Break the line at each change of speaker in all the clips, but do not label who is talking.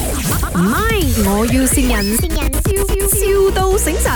唔係，我要善人，笑笑到醒神。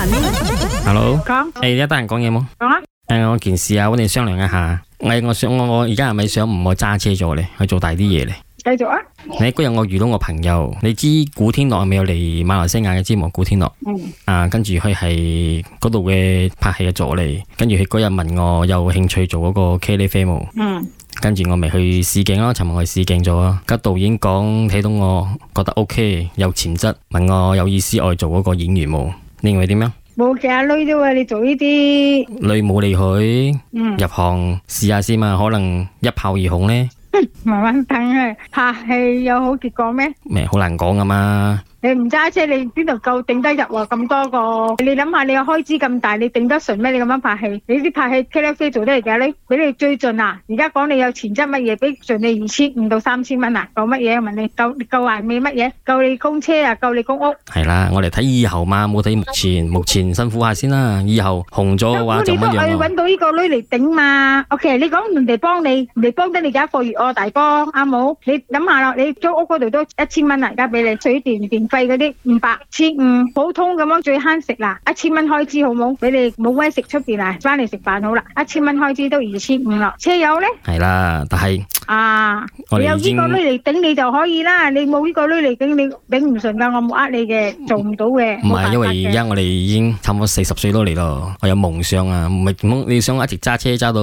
Hello，
講
誒，一得人講嘢冇？
講啊！
誒，我件事啊，揾你商量一下。誒，我想我我而家係咪想唔我揸車咗咧，去做大啲嘢咧？
繼續啊！
你嗰日我遇到我朋友，你知古天樂係咪有嚟馬來西亞嘅知冇？古天樂
嗯，
啊，跟住佢係嗰度嘅拍戲嘅助理，跟住佢嗰日問我有興趣做嗰個茄喱啡冇？
嗯，
跟住我咪去試鏡咯，尋日我去試鏡咗啊。個導演講睇到我覺得 OK，有潛質，問我有意思我去做嗰個演員冇？你認為點樣？
冇嘅阿女啫喎，你做呢啲，
你冇理佢。
嗯，
入行試下先嘛，可能一炮而紅呢，
慢慢等啊！拍戲有好結果咩？
咩好難講噶嘛。
你唔揸車，你邊度夠頂得入啊？咁多個，你諗下你嘅開支咁大，你頂得順咩？你咁樣拍戲，你啲拍戲茄喱啡做得嚟嘅你，俾你追盡啊！而家講你有潛質乜嘢，俾盡你二千五到三千蚊啊，夠乜嘢？問你夠夠還未乜嘢？夠你供車啊？夠你供屋？
係啦，我哋睇以後嘛，冇睇目
嗯
前，目前辛苦下先啦。以後紅咗嘅話就
你都
乜
去
樣咯。
揾到呢個女嚟頂嘛？OK，你講人哋幫你，人哋幫得你幾多個月哦，大哥阿母，你諗下啦，你租屋嗰度都一千蚊啦，而家俾你水電電費嗰啲五百千五，普通咁樣最慳食啦，一千蚊開支好冇？俾你冇威食出邊啊，翻嚟食飯好啦，一千蚊開支都二千五咯，車友咧
係啦，但係
啊，
我
你有
哋已
呢
經
個女嚟頂你就可以啦，你冇呢個女嚟頂你頂唔順㗎，我冇呃你嘅，做唔到嘅，
唔
冇辦
係，因
法
為
嘅
而家我哋已經差唔多四十歲都嚟咯。我有夢想啊，唔係咁你想一直揸車揸到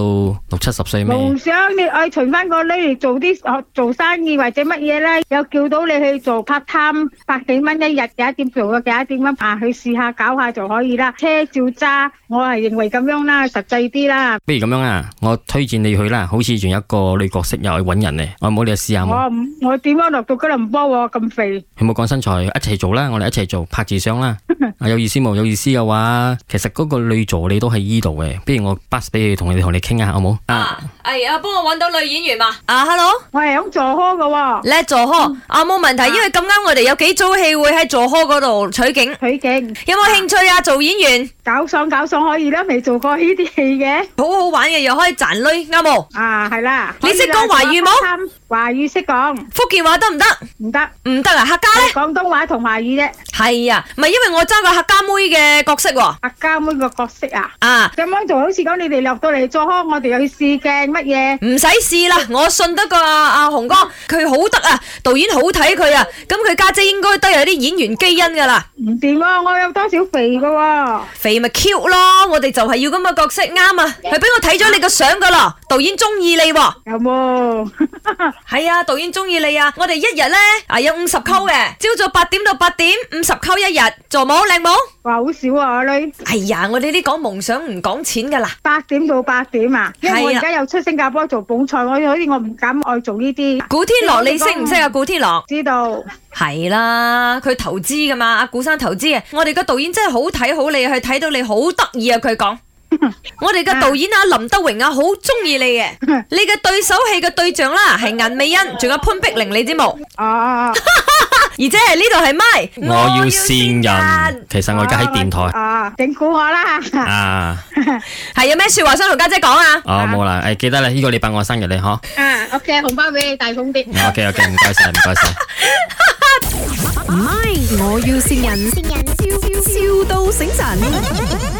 六七十歲咩？
夢想你愛存翻個女嚟做啲學做生意或者乜嘢咧，又叫到你去做 part time 百幾蚊一日，幾多點做啊，幾多點咁啊去試下搞下就可以啦。車照揸，我係認為咁樣啦，實際啲啦。
不如咁樣啊，我推薦你去啦。好似仲有一個女角色又去揾人呢，我冇你去試下冇。
我唔我點樣落到吉隆坡喎咁肥？
佢冇講身材，一齊做啦，我哋一齊做拍住相 啦。啊，有意思冇？有意思嘅話，其實嗰個女助理都喺依度嘅，不如我 pass 俾佢，同你同你傾下好冇？啊，
哎啊，幫我揾到女演員嘛？嗯
啊，hello，
我係響坐科嘅喎，
叻座呵，啊冇問題，因為咁啱我哋有幾組戲會喺座呵嗰度取景，
取景
有冇興趣啊？做演員
搞爽搞爽可以啦，未做過呢 啲戲嘅
好好玩嘅，又可以賺女，啱冇？
啊係啦。
你識講華語冇
冇？華語識講
福建話得唔得？
唔得，
唔得啊，客家咧？
廣東話同華語啫。
係啊，唔係因為我揸個客家妹嘅角色喎，
阿家妹個角色啊！
啊，
咁樣就好似講你哋落到嚟做開，我哋又去試鏡乜嘢？
唔使試啦，
嗯
我信得過啊阿阿洪哥，佢好得啊，導演好睇佢啊，咁佢家姐應該都有啲演員基因噶啦。
唔掂喎，我有多少肥噶喎、
肥咪 cute 咯，我哋就係要咁嘅角色啱啊！係俾我睇咗你個相噶啦，導演中意你喎。
有 冇？
係啊，導演中意你啊！我哋一日呢，啊有五十溝嘅，朝早八點到八點，五十溝一日，做冇靚冇？
話好少啊，我女
哎呀，我哋呢講夢想唔講錢噶啦，
八點到八點啊，因為我
係啊
而家又出新加坡做捧菜，我所以我唔敢愛做呢啲。
古天樂你識唔識啊？古天樂
知道
係啦，佢投資噶嘛，阿古生投資嘅，我哋個導演真係好睇好你，佢睇到你好得意啊！佢講。我哋嘅導演啊，林德榮啊，好中意你嘅。你嘅對手戲嘅對象啦，係顏美欣，仲有潘碧玲，你知冇？啊
哦，
而且係呢度係咪？
我要線人。其實我而家喺
Ờ,
電台
哦，整蠱我啦，
啊，
係有咩說話想同家姐講啊？
哦冇啦，誒記得啦，呢個禮拜我生日你呵
啊，OK，紅包俾你大風啲。
，OK OK，唔該晒，唔該晒。
唔係，我要善人，笑笑到醒神。